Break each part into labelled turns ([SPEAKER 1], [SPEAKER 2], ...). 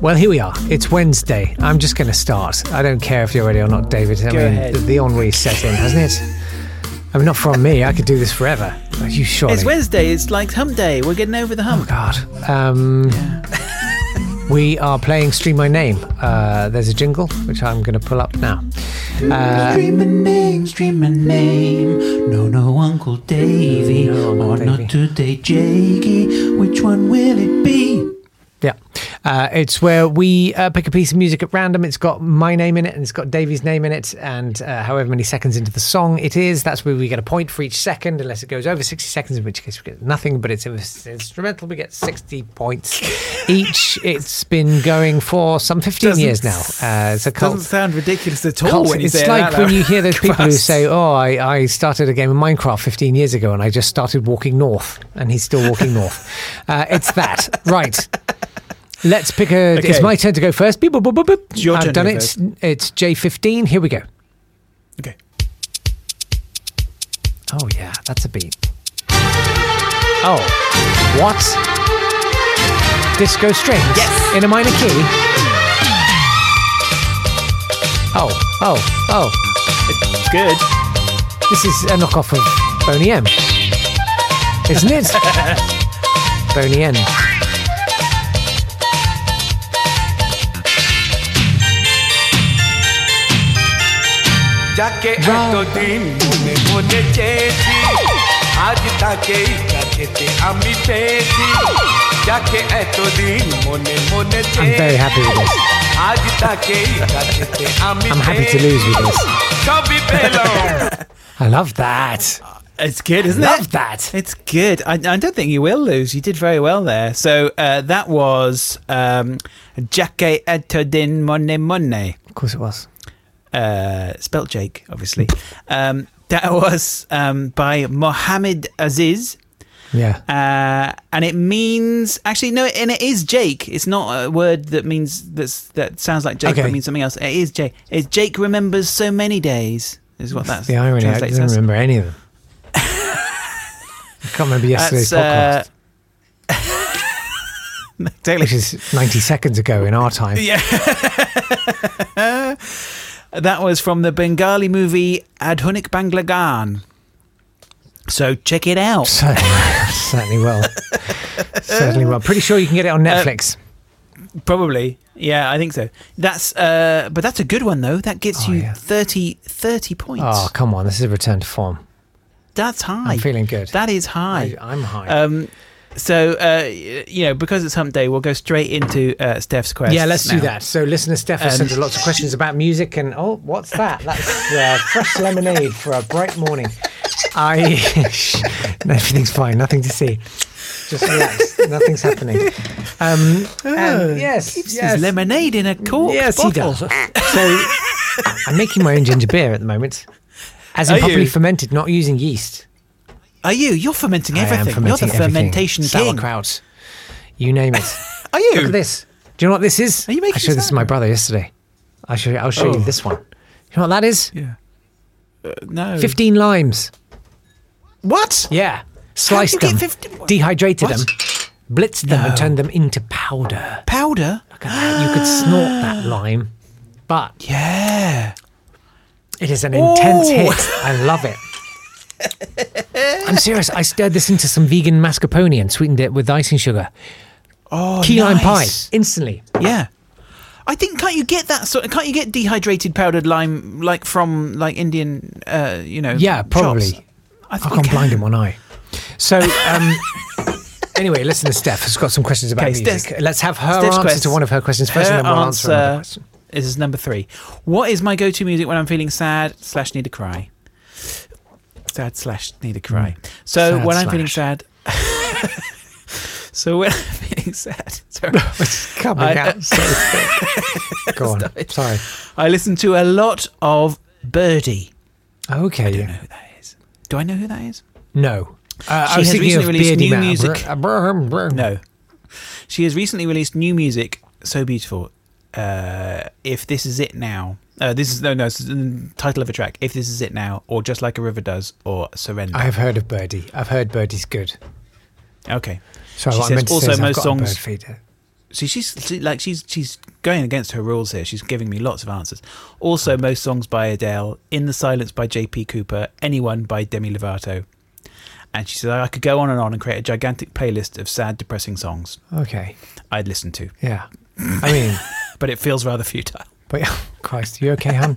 [SPEAKER 1] Well, here we are. It's Wednesday. I'm just going to start. I don't care if you're ready or not, David. I
[SPEAKER 2] Go
[SPEAKER 1] mean,
[SPEAKER 2] ahead.
[SPEAKER 1] the, the ennui set in, hasn't it? I mean, not from me. I could do this forever. Are you sure?
[SPEAKER 2] It's Wednesday. It's like hump day. We're getting over the
[SPEAKER 1] Oh,
[SPEAKER 2] hump.
[SPEAKER 1] God. Um, we are playing Stream My Name. Uh, there's a jingle, which I'm going to pull up now.
[SPEAKER 2] Stream my name, stream my name. No, no, Uncle Davy.
[SPEAKER 1] No, Uncle
[SPEAKER 2] or
[SPEAKER 1] Davy.
[SPEAKER 2] not today, Jakey. Which one will it be?
[SPEAKER 1] Yeah. Uh, it's where we uh, pick a piece of music at random. It's got my name in it and it's got Davey's name in it. And uh, however many seconds into the song it is, that's where we get a point for each second, unless it goes over 60 seconds, in which case we get nothing. But it's, if it's instrumental, we get 60 points each. It's been going for some 15
[SPEAKER 2] Doesn't
[SPEAKER 1] years now. Uh, it's a
[SPEAKER 2] Doesn't
[SPEAKER 1] cult.
[SPEAKER 2] sound ridiculous at all
[SPEAKER 1] Cult.
[SPEAKER 2] when you
[SPEAKER 1] It's
[SPEAKER 2] say it
[SPEAKER 1] like
[SPEAKER 2] out
[SPEAKER 1] when
[SPEAKER 2] loud.
[SPEAKER 1] you hear those people who
[SPEAKER 2] Christ.
[SPEAKER 1] say, "Oh, I, I started a game of Minecraft 15 years ago, and I just started walking north, and he's still walking north." Uh, it's that, right? Let's pick a. It's
[SPEAKER 2] Okay.
[SPEAKER 1] my turn to go first. Beep, boop, boop, boop, boop.
[SPEAKER 2] It's your
[SPEAKER 1] I've
[SPEAKER 2] turn to
[SPEAKER 1] done
[SPEAKER 2] go
[SPEAKER 1] it.
[SPEAKER 2] first.
[SPEAKER 1] It's J15. Here we go.
[SPEAKER 2] Okay.
[SPEAKER 1] Oh yeah, that's a beat. Oh, what? Disco strings.
[SPEAKER 2] Yes.
[SPEAKER 1] In a minor key. Oh, oh, oh.
[SPEAKER 2] Good.
[SPEAKER 1] This is a knockoff of Boney M, isn't it? Boney M.
[SPEAKER 3] जाके
[SPEAKER 1] Wow.
[SPEAKER 3] एतो दिन मुने मोने चेसी आज ताके जाकेते आमी पेसी जाके एतो दिन मुने मोने
[SPEAKER 1] I'm very
[SPEAKER 3] Chesi
[SPEAKER 1] happy with this.
[SPEAKER 3] आज ताके जाकेते आमी
[SPEAKER 1] I'm happy to lose with this.
[SPEAKER 3] कभी पेलो
[SPEAKER 1] I love that.
[SPEAKER 2] It's good, isn't it?
[SPEAKER 1] Love that.
[SPEAKER 2] It's good. I, I don't think you will lose. You did very well there. So uh, that was um, Jake Etodin Mone Mone,
[SPEAKER 1] Of course it was.
[SPEAKER 2] uh, spelt Jake, obviously. Um, that was um, by Mohammed Aziz.
[SPEAKER 1] Yeah.
[SPEAKER 2] Uh, and it means actually no, and it is Jake. It's not a word that means that's that sounds like Jake, but
[SPEAKER 1] Okay.
[SPEAKER 2] it means something else. It is Jake. It's Jake remembers so many days. Is what that's
[SPEAKER 1] The irony, I
[SPEAKER 2] translates
[SPEAKER 1] don't
[SPEAKER 2] as.
[SPEAKER 1] remember any of them. I can't remember yesterday's
[SPEAKER 2] That's,
[SPEAKER 1] podcast,
[SPEAKER 2] uh, Daily
[SPEAKER 1] which is 90 seconds ago in our time.
[SPEAKER 2] Yeah. that was from the Bengali movie Adhunik Banglagan. So check it out.
[SPEAKER 1] So, certainly will. certainly will. Pretty sure you can get it on
[SPEAKER 2] Uh,
[SPEAKER 1] Netflix.
[SPEAKER 2] Probably. Yeah, I think so. That's uh but that's a good one though. That gets
[SPEAKER 1] Oh,
[SPEAKER 2] you
[SPEAKER 1] yeah.
[SPEAKER 2] thirty thirty 30 points.
[SPEAKER 1] oh, come on. This is a return to form.
[SPEAKER 2] that's high.
[SPEAKER 1] I'm feeling good.
[SPEAKER 2] That is high.
[SPEAKER 1] I, I'm high.
[SPEAKER 2] um so uh y- you know, because it's hump day, we'll go straight into uh Steph's quest.
[SPEAKER 1] Yeah, let's do
[SPEAKER 2] now.
[SPEAKER 1] that. So, listener Steph has
[SPEAKER 2] Um,
[SPEAKER 1] sent us lots of questions about music, and oh, what's that? That's uh, fresh lemonade for a bright morning. I everything's fine, nothing to see. Just relax, nothing's happening. Um,
[SPEAKER 2] Oh,
[SPEAKER 1] and yes, yes,
[SPEAKER 2] There's lemonade in a cork
[SPEAKER 1] yes, he
[SPEAKER 2] bottle.
[SPEAKER 1] does. So, I'm making my own ginger beer at the moment, as in
[SPEAKER 2] Are
[SPEAKER 1] properly
[SPEAKER 2] you?
[SPEAKER 1] fermented, not using yeast.
[SPEAKER 2] Are you? You're fermenting
[SPEAKER 1] I am
[SPEAKER 2] everything.
[SPEAKER 1] fermenting
[SPEAKER 2] You're the
[SPEAKER 1] everything.
[SPEAKER 2] fermentation king.
[SPEAKER 1] sauerkraut. You name it.
[SPEAKER 2] Are you?
[SPEAKER 1] Look at this. Do you know what this is?
[SPEAKER 2] Are you making
[SPEAKER 1] I showed this to my
[SPEAKER 2] sauerkraut?
[SPEAKER 1] brother yesterday. I show you, I'll show you
[SPEAKER 2] Oh.
[SPEAKER 1] this one. You know what that is?
[SPEAKER 2] Yeah. Uh, no.
[SPEAKER 1] 15 limes.
[SPEAKER 2] What?
[SPEAKER 1] Yeah. Sliced
[SPEAKER 2] you get
[SPEAKER 1] them.
[SPEAKER 2] 15
[SPEAKER 1] Dehydrated
[SPEAKER 2] What?
[SPEAKER 1] them. Blitzed them and turned them into powder.
[SPEAKER 2] Powder?
[SPEAKER 1] Look at that. You could snort that lime. But
[SPEAKER 2] Yeah.
[SPEAKER 1] it is an intense hit. I love it. I'm serious. I stirred this into some vegan mascarpone and sweetened it with icing sugar.
[SPEAKER 2] Oh,
[SPEAKER 1] Key lime pie,
[SPEAKER 2] nice.
[SPEAKER 1] instantly.
[SPEAKER 2] Yeah. I think can't you get that sort? Can't you get dehydrated powdered lime like from like Indian, uh, you know?
[SPEAKER 1] Yeah, probably.
[SPEAKER 2] shops? I
[SPEAKER 1] I
[SPEAKER 2] think
[SPEAKER 1] can't
[SPEAKER 2] you
[SPEAKER 1] blind in one eye. So, um, anyway, listen to Steph. Has got some questions about
[SPEAKER 2] Okay,
[SPEAKER 1] music.
[SPEAKER 2] Steph's-
[SPEAKER 1] Let's have her
[SPEAKER 2] Steph's
[SPEAKER 1] answer
[SPEAKER 2] quest-
[SPEAKER 1] to one of her questions first, and then we'll answer another question.
[SPEAKER 2] Is number three. What is my go-to music when I'm feeling sad slash need a cry? Sad slash need a cry. So
[SPEAKER 1] Hmm. Sad
[SPEAKER 2] when I'm feeling
[SPEAKER 1] slash.
[SPEAKER 2] sad. so when I'm feeling sad, sorry,
[SPEAKER 1] It's coming
[SPEAKER 2] I-
[SPEAKER 1] out so thick. Go on. Sorry.
[SPEAKER 2] I listen to a lot of Birdie.
[SPEAKER 1] Okay.
[SPEAKER 2] I don't know who that is. Do I know who that is?
[SPEAKER 1] No. Uh, I
[SPEAKER 2] She
[SPEAKER 1] was
[SPEAKER 2] has
[SPEAKER 1] thinking of
[SPEAKER 2] recently released
[SPEAKER 1] Beardy
[SPEAKER 2] new
[SPEAKER 1] Man.
[SPEAKER 2] music.
[SPEAKER 1] Brr, brr, brr.
[SPEAKER 2] No. She has recently released new music, so beautiful. Uh, if this is it now, uh, this is no, no, it's the title of a track. If this is it now, or just like a river does, or surrender.
[SPEAKER 1] I have heard of Birdie. I've heard Birdie's good.
[SPEAKER 2] okay,
[SPEAKER 1] So
[SPEAKER 2] She
[SPEAKER 1] what I
[SPEAKER 2] says,
[SPEAKER 1] meant to
[SPEAKER 2] "Also,
[SPEAKER 1] say is I've
[SPEAKER 2] most
[SPEAKER 1] got a
[SPEAKER 2] songs-
[SPEAKER 1] bird feeder.
[SPEAKER 2] so she's she, like she's she's going against her rules here. She's giving me lots of answers. Also, most songs by Adele, In the Silence by J.P. Cooper, Anyone by Demi Lovato, and she said I could go on and on and create a gigantic playlist of sad, depressing songs
[SPEAKER 1] Okay.
[SPEAKER 2] I'd listen to,
[SPEAKER 1] Yeah. I mean,
[SPEAKER 2] but it feels rather futile.
[SPEAKER 1] but Christ, you okay, hon?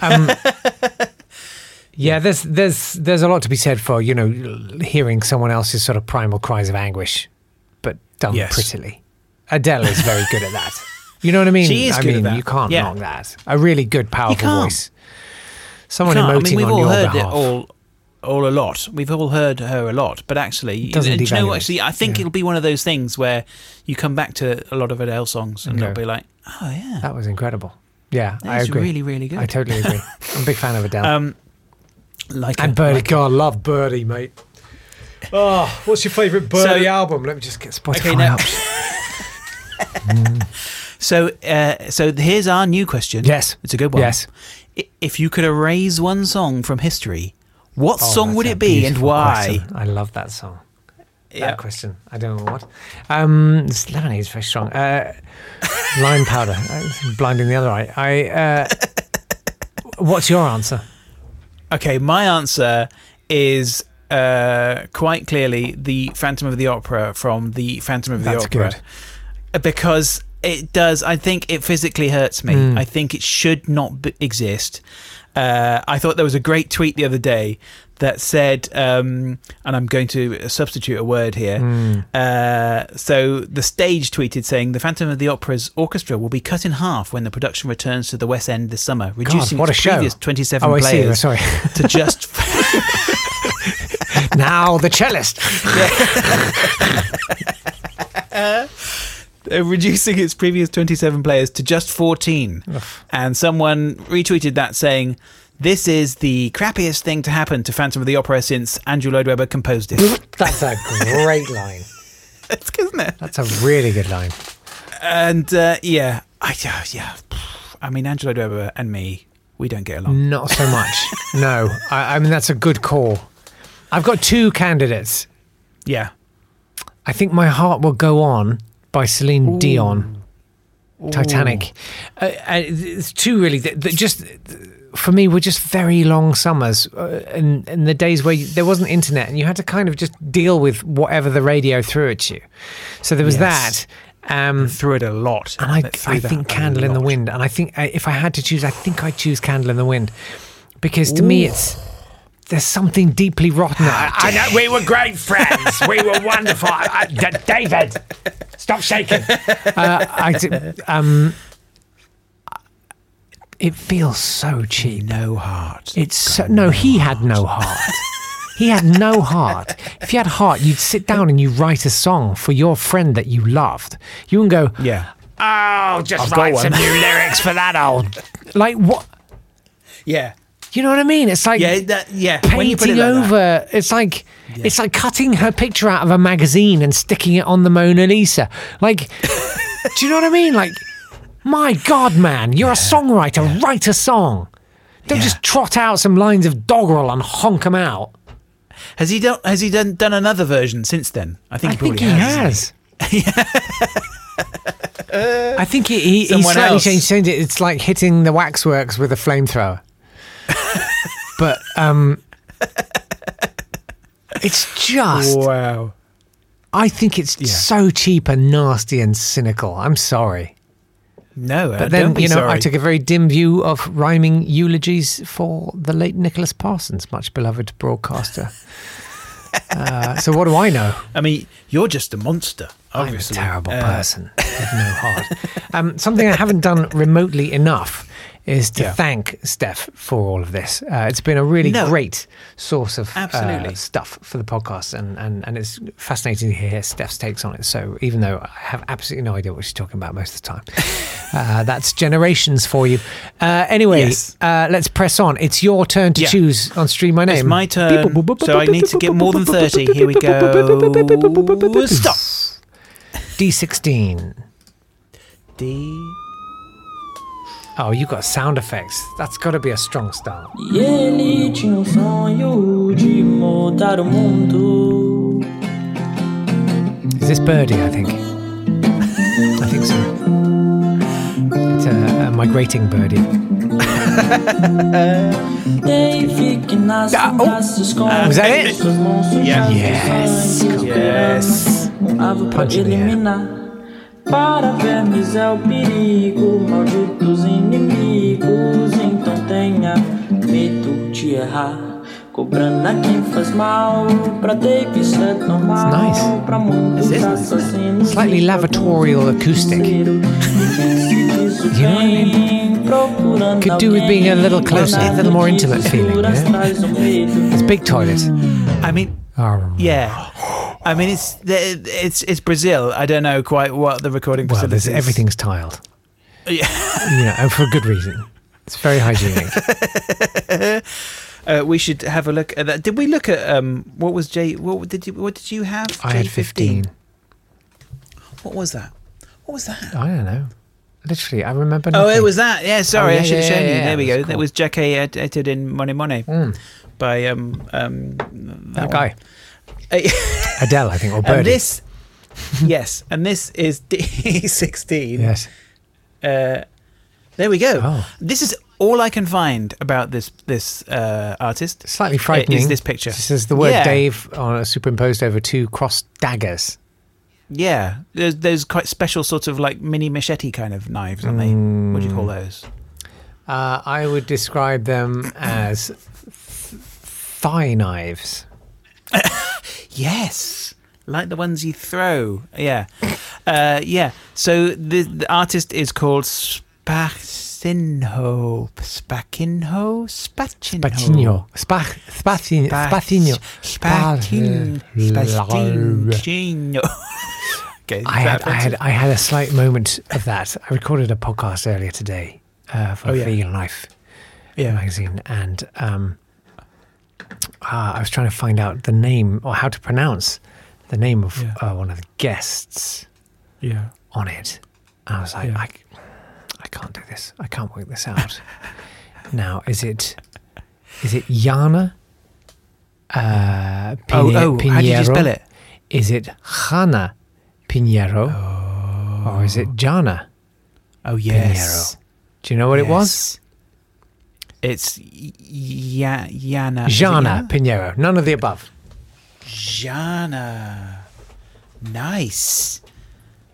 [SPEAKER 1] Um, yeah, there's there's there's a lot to be said for you know l- hearing someone else's sort of primal cries of anguish, but done
[SPEAKER 2] Yes.
[SPEAKER 1] prettily. Adele is very good at that. You know what I mean?
[SPEAKER 2] She is
[SPEAKER 1] I
[SPEAKER 2] good at
[SPEAKER 1] mean,
[SPEAKER 2] that.
[SPEAKER 1] you can't
[SPEAKER 2] Yeah.
[SPEAKER 1] knock that. A really good, powerful
[SPEAKER 2] can't.
[SPEAKER 1] voice. Someone
[SPEAKER 2] No,
[SPEAKER 1] emoting
[SPEAKER 2] I mean, we've
[SPEAKER 1] on
[SPEAKER 2] all
[SPEAKER 1] your
[SPEAKER 2] heard
[SPEAKER 1] behalf.
[SPEAKER 2] it all, all a lot. We've all heard her a lot, but actually,
[SPEAKER 1] Doesn't
[SPEAKER 2] do you know?
[SPEAKER 1] devalue it.
[SPEAKER 2] what, Actually, I think
[SPEAKER 1] Yeah.
[SPEAKER 2] it'll be one of those things where you come back to a lot of Adele songs and
[SPEAKER 1] No.
[SPEAKER 2] they'll be like, "Oh yeah,
[SPEAKER 1] That was incredible. Yeah, I
[SPEAKER 2] that's
[SPEAKER 1] agree.
[SPEAKER 2] really, really good."
[SPEAKER 1] I totally agree. I'm a big fan of Adele.
[SPEAKER 2] um, like
[SPEAKER 1] and
[SPEAKER 2] a-
[SPEAKER 1] Birdie,
[SPEAKER 2] like a-
[SPEAKER 1] God, love Birdie, mate. Oh, what's your favourite
[SPEAKER 2] Birdie
[SPEAKER 1] album? Let me just get Spotify
[SPEAKER 2] Okay, now- so, uh, so here's our new question.
[SPEAKER 1] Yes.
[SPEAKER 2] it's a good one.
[SPEAKER 1] Yes.
[SPEAKER 2] I- if you could erase one song from history, what
[SPEAKER 1] Oh,
[SPEAKER 2] song
[SPEAKER 1] that's
[SPEAKER 2] would
[SPEAKER 1] a
[SPEAKER 2] it be and
[SPEAKER 1] beautiful
[SPEAKER 2] why?
[SPEAKER 1] question. I love that song.
[SPEAKER 2] Yeah.
[SPEAKER 1] That question. I don't know what. Um, this lemonade is very strong. Uh, lime powder. Uh, blinding the other eye. I. Uh, what's your answer?
[SPEAKER 2] Okay, my answer is uh, quite clearly the Phantom of the Opera from the Phantom of the
[SPEAKER 1] That's
[SPEAKER 2] Opera. Because it does, I think it physically hurts me.
[SPEAKER 1] Hmm.
[SPEAKER 2] I think it should not b- exist. Uh, I thought there was a great tweet the other day that said, um, and I'm going to substitute a word here.
[SPEAKER 1] Hmm.
[SPEAKER 2] Uh, so the stage tweeted saying the Phantom of the Opera's orchestra will be cut in half when the production returns to the West End this summer,
[SPEAKER 1] God,
[SPEAKER 2] reducing
[SPEAKER 1] what a
[SPEAKER 2] its
[SPEAKER 1] show!
[SPEAKER 2] previous 27
[SPEAKER 1] Oh, I see.
[SPEAKER 2] players
[SPEAKER 1] Sorry.
[SPEAKER 2] to just
[SPEAKER 1] now the cellist.
[SPEAKER 2] uh, reducing its previous 27 players to just 14. And someone retweeted that saying, This is the crappiest thing to happen to Phantom of the Opera since Andrew Lloyd Webber composed it.
[SPEAKER 1] That's a great line.
[SPEAKER 2] It's good, isn't it?
[SPEAKER 1] That's a really good line.
[SPEAKER 2] And uh, yeah, I, yeah, yeah. I mean, Andrew Lloyd Webber and me, we don't get along.
[SPEAKER 1] Not so much. no, I, I mean that's a good call. I've got two candidates.
[SPEAKER 2] Yeah.
[SPEAKER 1] I think my heart will go on by Celine Dion. Titanic. Uh, uh, it's two really. That, that just for me were just very long summers, uh, and and the days where you, there wasn't internet and you had to kind of just deal with whatever the radio threw at you. So there was
[SPEAKER 2] Yes.
[SPEAKER 1] that. Um,
[SPEAKER 2] Threw it a lot.
[SPEAKER 1] and I,
[SPEAKER 2] That threw
[SPEAKER 1] I
[SPEAKER 2] that
[SPEAKER 1] think
[SPEAKER 2] a
[SPEAKER 1] Candle in the
[SPEAKER 2] lot.
[SPEAKER 1] Wind. And I think uh, if I had to choose, I think I'd choose Candle in the Wind because to me, it's there's something deeply rotten. Ah, I, I know we were great friends. we were wonderful. I, I- D- David, stop shaking. Uh, I d- um, it feels so cheap.
[SPEAKER 2] No heart.
[SPEAKER 1] It's so, no, he had no heart. he had no heart. If you had heart, you'd sit down and you write a song for your friend that you loved. You wouldn't go,
[SPEAKER 2] yeah.
[SPEAKER 1] Oh, just
[SPEAKER 2] I've got
[SPEAKER 1] write
[SPEAKER 2] one.
[SPEAKER 1] some new lyrics for that old. Like what?
[SPEAKER 2] Yeah.
[SPEAKER 1] You know what I mean? It's like
[SPEAKER 2] Yeah. That, yeah. When you put it
[SPEAKER 1] painting
[SPEAKER 2] like that.
[SPEAKER 1] over. It's like it's like cutting her picture out of a magazine and sticking it on the Mona Lisa. Like, do you know what I mean? Like, my God, man, you're a songwriter. Write a song. Don't
[SPEAKER 2] Yeah.
[SPEAKER 1] just trot out some lines of doggerel and honk them out.
[SPEAKER 2] Has he done? Has he done, done another version since then? I think
[SPEAKER 1] I
[SPEAKER 2] he probably
[SPEAKER 1] think he
[SPEAKER 2] has. hasn't
[SPEAKER 1] has. I think he, he, he
[SPEAKER 2] Someone
[SPEAKER 1] slightly
[SPEAKER 2] else.
[SPEAKER 1] changed, changed it. It's like hitting the waxworks with a flamethrower. but um, It's just.
[SPEAKER 2] Wow.
[SPEAKER 1] I think it's so cheap and nasty and cynical. I'm sorry.
[SPEAKER 2] No, uh,
[SPEAKER 1] But then, you know, I took a very dim view of rhyming eulogies for the late Nicholas Parsons, much beloved broadcaster. uh, so, what do I know?
[SPEAKER 2] I mean, you're just a monster. Obviously,
[SPEAKER 1] I'm a terrible
[SPEAKER 2] Uh,
[SPEAKER 1] person with no heart. Um, something I haven't done remotely enough is to
[SPEAKER 2] Yeah.
[SPEAKER 1] thank Steph for all of this. Uh, it's been a really
[SPEAKER 2] No.
[SPEAKER 1] great source of uh,
[SPEAKER 2] Absolutely.
[SPEAKER 1] stuff for the podcast, and, and, and it's fascinating to hear Steph's takes on it. So, even though I have absolutely no idea what she's talking about most of the time, uh, that's generations for you. Uh, anyway,
[SPEAKER 2] Yes.
[SPEAKER 1] uh, let's press on. It's your turn to
[SPEAKER 2] Yeah.
[SPEAKER 1] choose on Stream My Name.
[SPEAKER 2] It's my turn, so I need to get more than 30. Here we go. Stop.
[SPEAKER 1] D16.
[SPEAKER 2] D.
[SPEAKER 1] Oh, you got sound effects. That's got to be a strong start.
[SPEAKER 3] E ele tinha um sonho de mudar o mundo.
[SPEAKER 1] Is this birdie? I think. I think so. It's a, a migrating birdie.
[SPEAKER 3] Dave que nas
[SPEAKER 1] Ah, oh.
[SPEAKER 3] ondas se esconde.
[SPEAKER 1] Was that it?
[SPEAKER 3] Seus monstros
[SPEAKER 2] Yeah.
[SPEAKER 3] já
[SPEAKER 1] Yes.
[SPEAKER 3] que
[SPEAKER 2] Yes.
[SPEAKER 3] Um alvo pra
[SPEAKER 1] Punch in the air.
[SPEAKER 3] eliminar. Para vermes é o perigo, malditos inimigos. Então tenha medo de errar. Cobrando a quem faz mal, pra Dave isso é normal.
[SPEAKER 1] It's nice.
[SPEAKER 3] Pra muitos
[SPEAKER 2] This is nice.
[SPEAKER 3] assassinos.
[SPEAKER 1] Slightly
[SPEAKER 3] e
[SPEAKER 1] lavatorial
[SPEAKER 3] alguns
[SPEAKER 1] acoustic.
[SPEAKER 3] terceiros. E quem se diz o
[SPEAKER 1] You know what I mean?
[SPEAKER 3] bem, procurando
[SPEAKER 1] Could do with being a little
[SPEAKER 3] alguém,
[SPEAKER 1] closer, a little more intimate
[SPEAKER 3] nada
[SPEAKER 1] feeling,
[SPEAKER 3] desesperas,
[SPEAKER 1] yeah?
[SPEAKER 3] traz o medo.
[SPEAKER 1] It's big toilet.
[SPEAKER 2] I mean,
[SPEAKER 1] Oh,
[SPEAKER 2] yeah. I mean, it's it's it's Brazil. I don't know quite what the recording
[SPEAKER 1] well,
[SPEAKER 2] facility
[SPEAKER 1] there's,
[SPEAKER 2] is.
[SPEAKER 1] everything's tiled.
[SPEAKER 2] Yeah.
[SPEAKER 1] You know, and for a good reason. It's very hygienic.
[SPEAKER 2] Uh, we should have a look at that. Did we look at um? What was J? What did you? What did you have?
[SPEAKER 1] I had
[SPEAKER 2] J15?
[SPEAKER 1] 15.
[SPEAKER 2] What was that? What was that?
[SPEAKER 1] I don't know. Literally, I remember
[SPEAKER 2] Oh,
[SPEAKER 1] nothing.
[SPEAKER 2] it was that. Yeah,
[SPEAKER 1] Oh,
[SPEAKER 2] sorry,
[SPEAKER 1] yeah,
[SPEAKER 2] I should have
[SPEAKER 1] yeah,
[SPEAKER 2] shown
[SPEAKER 1] yeah,
[SPEAKER 2] you.
[SPEAKER 1] yeah,
[SPEAKER 2] there we
[SPEAKER 1] that's
[SPEAKER 2] go.
[SPEAKER 1] cool. Hmm.
[SPEAKER 2] That was Jackie Ed- edited in Money Money by um um
[SPEAKER 1] that
[SPEAKER 2] that
[SPEAKER 1] guy.
[SPEAKER 2] one.
[SPEAKER 1] Adele, I think, or Birdie.
[SPEAKER 2] and this, yes, and this is D sixteen.
[SPEAKER 1] Yes.
[SPEAKER 2] Uh, there we go.
[SPEAKER 1] Oh.
[SPEAKER 2] This is all I can find about this this uh, artist.
[SPEAKER 1] Slightly frightening.
[SPEAKER 2] Is this picture?
[SPEAKER 1] This is the word
[SPEAKER 2] Yeah.
[SPEAKER 1] Dave on, superimposed over two crossed daggers.
[SPEAKER 2] Yeah, there's, there's quite special sort of like mini machete kind of knives, aren't they? What do you call
[SPEAKER 1] Mm.
[SPEAKER 2] those?
[SPEAKER 1] Uh, I would describe them as th- thigh knives.
[SPEAKER 2] Yes, like the ones you throw. Yeah, uh, yeah. So the, the artist is called Spacinho, Spacinho, Spacinho,
[SPEAKER 1] Spacinho. Oh. Spach, spacin, spacinho.
[SPEAKER 2] Spacinho, Spacinho. Okay,
[SPEAKER 1] I had, I, had, I had a slight moment of that. I recorded a podcast earlier today uh, for
[SPEAKER 2] Oh, yeah.
[SPEAKER 1] Vegan Life
[SPEAKER 2] yeah.
[SPEAKER 1] magazine, and um, uh, I was trying to find out the name or how to pronounce the name of
[SPEAKER 2] Yeah.
[SPEAKER 1] uh, one of the guests.
[SPEAKER 2] yeah.
[SPEAKER 1] on it. And I was like,
[SPEAKER 2] Yeah.
[SPEAKER 1] I, I can't do this. I can't work this out. now, is it is it Yana? Uh,
[SPEAKER 2] Oh,
[SPEAKER 1] Pine-
[SPEAKER 2] oh, how did you spell it?
[SPEAKER 1] Is it Hana Pinheiro? Or is it Jana?
[SPEAKER 2] Oh yes.
[SPEAKER 1] Do you know what it was?
[SPEAKER 2] It's Ya Yana. is it
[SPEAKER 1] Jana Pinheiro. None of the above.
[SPEAKER 2] Jana. Nice.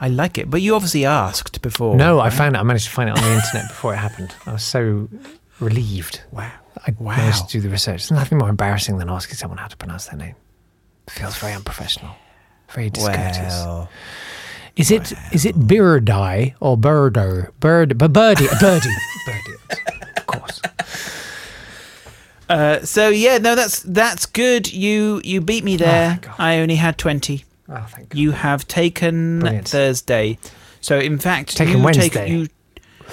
[SPEAKER 2] I like it. But you obviously asked before.
[SPEAKER 1] no, I
[SPEAKER 2] right?
[SPEAKER 1] found it. I managed to find it on the internet before it happened. I was so relieved.
[SPEAKER 2] Wow.
[SPEAKER 1] I
[SPEAKER 2] Wow.
[SPEAKER 1] managed to do the research. There's nothing more embarrassing than asking someone how to pronounce their name. feels very unprofessional, very discourteous.
[SPEAKER 2] Well,
[SPEAKER 1] is it is it Birdie or Birdo? Bird, but birdie, birdie, birdie. Of course.
[SPEAKER 2] uh, so yeah, no, that's that's good. You you beat me there.
[SPEAKER 1] thank Oh, God.
[SPEAKER 2] I only had twenty.
[SPEAKER 1] Oh, thank God.
[SPEAKER 2] You have taken
[SPEAKER 1] Brilliant.
[SPEAKER 2] Thursday. So in fact,
[SPEAKER 1] Taken
[SPEAKER 2] you
[SPEAKER 1] Wednesday.
[SPEAKER 2] Take, you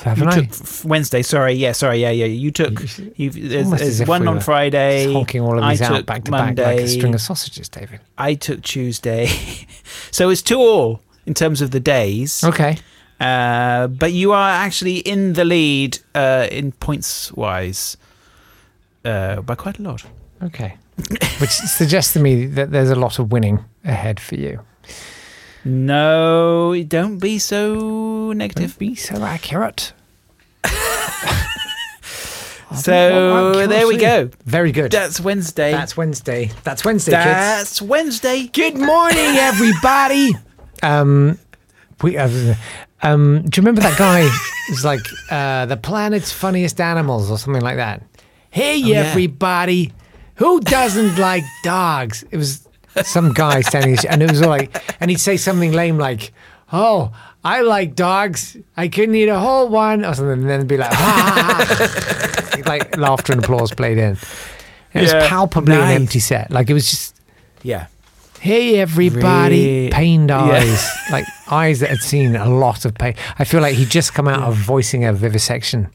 [SPEAKER 1] Haven't
[SPEAKER 2] you
[SPEAKER 1] I?
[SPEAKER 2] took f- Wednesday. Sorry, yeah, sorry, yeah, yeah. You took. You, there's,
[SPEAKER 1] almost as
[SPEAKER 2] there's
[SPEAKER 1] if
[SPEAKER 2] one
[SPEAKER 1] we
[SPEAKER 2] on
[SPEAKER 1] were
[SPEAKER 2] Friday.
[SPEAKER 1] Just honking all of
[SPEAKER 2] I
[SPEAKER 1] these out
[SPEAKER 2] took
[SPEAKER 1] back to
[SPEAKER 2] Monday,
[SPEAKER 1] back like a string of sausages, David.
[SPEAKER 2] I took Tuesday, so it's two all in terms of the days.
[SPEAKER 1] Okay.
[SPEAKER 2] Uh, but you are actually in the lead uh, in points wise uh, by quite a lot.
[SPEAKER 1] Okay. Which suggests to me that there's a lot of winning ahead for you.
[SPEAKER 2] No, don't be so negative.
[SPEAKER 1] Be so accurate.
[SPEAKER 2] So there we go.
[SPEAKER 1] Very good.
[SPEAKER 2] That's Wednesday.
[SPEAKER 1] That's Wednesday. That's Wednesday, kids.
[SPEAKER 2] That's Wednesday.
[SPEAKER 1] Good morning, everybody. um, we uh, um, do you remember that guy? it was like uh, the planet's funniest animals or something like that. Hey,
[SPEAKER 2] Oh, yeah.
[SPEAKER 1] everybody, who doesn't like dogs? It was some guy standing, and it was all like, and he'd say something lame like, "Oh." I like dogs. I couldn't eat a whole one or something, and then be like, like laughter and applause played in. It was
[SPEAKER 2] Yeah.
[SPEAKER 1] palpably
[SPEAKER 2] Nice.
[SPEAKER 1] an empty set. Like it was just
[SPEAKER 2] Yeah.
[SPEAKER 1] Hey everybody,
[SPEAKER 2] Re-
[SPEAKER 1] pained
[SPEAKER 2] Yeah.
[SPEAKER 1] eyes, like eyes that had seen a lot of pain. I feel like he just come out of voicing a vivisection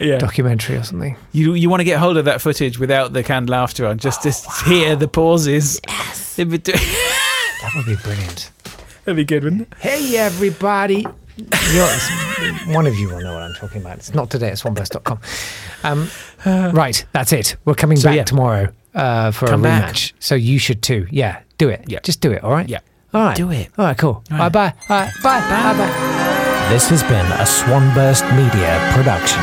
[SPEAKER 2] Yeah.
[SPEAKER 1] documentary or something.
[SPEAKER 2] You you want to get hold of that footage without the canned laughter on, just to s hear the pauses. Yes. In between.
[SPEAKER 1] That would be brilliant.
[SPEAKER 2] That'd be good, wouldn't it?
[SPEAKER 1] Hey everybody, You're- it's- one of you will know what I'm talking about. It's not today at swanburst.com. Um, right, that's it. We're coming back
[SPEAKER 2] yeah.
[SPEAKER 1] tomorrow uh, for
[SPEAKER 2] Come
[SPEAKER 1] a rematch,
[SPEAKER 2] back.
[SPEAKER 1] so you should too. Yeah, do it.
[SPEAKER 2] Yeah.
[SPEAKER 1] just do it. All right.
[SPEAKER 2] Yeah.
[SPEAKER 1] All right.
[SPEAKER 2] Do it.
[SPEAKER 1] All right. Cool. All right. Bye. All right. Bye. Bye. Bye. bye.
[SPEAKER 4] This has been a Swanburst Media production.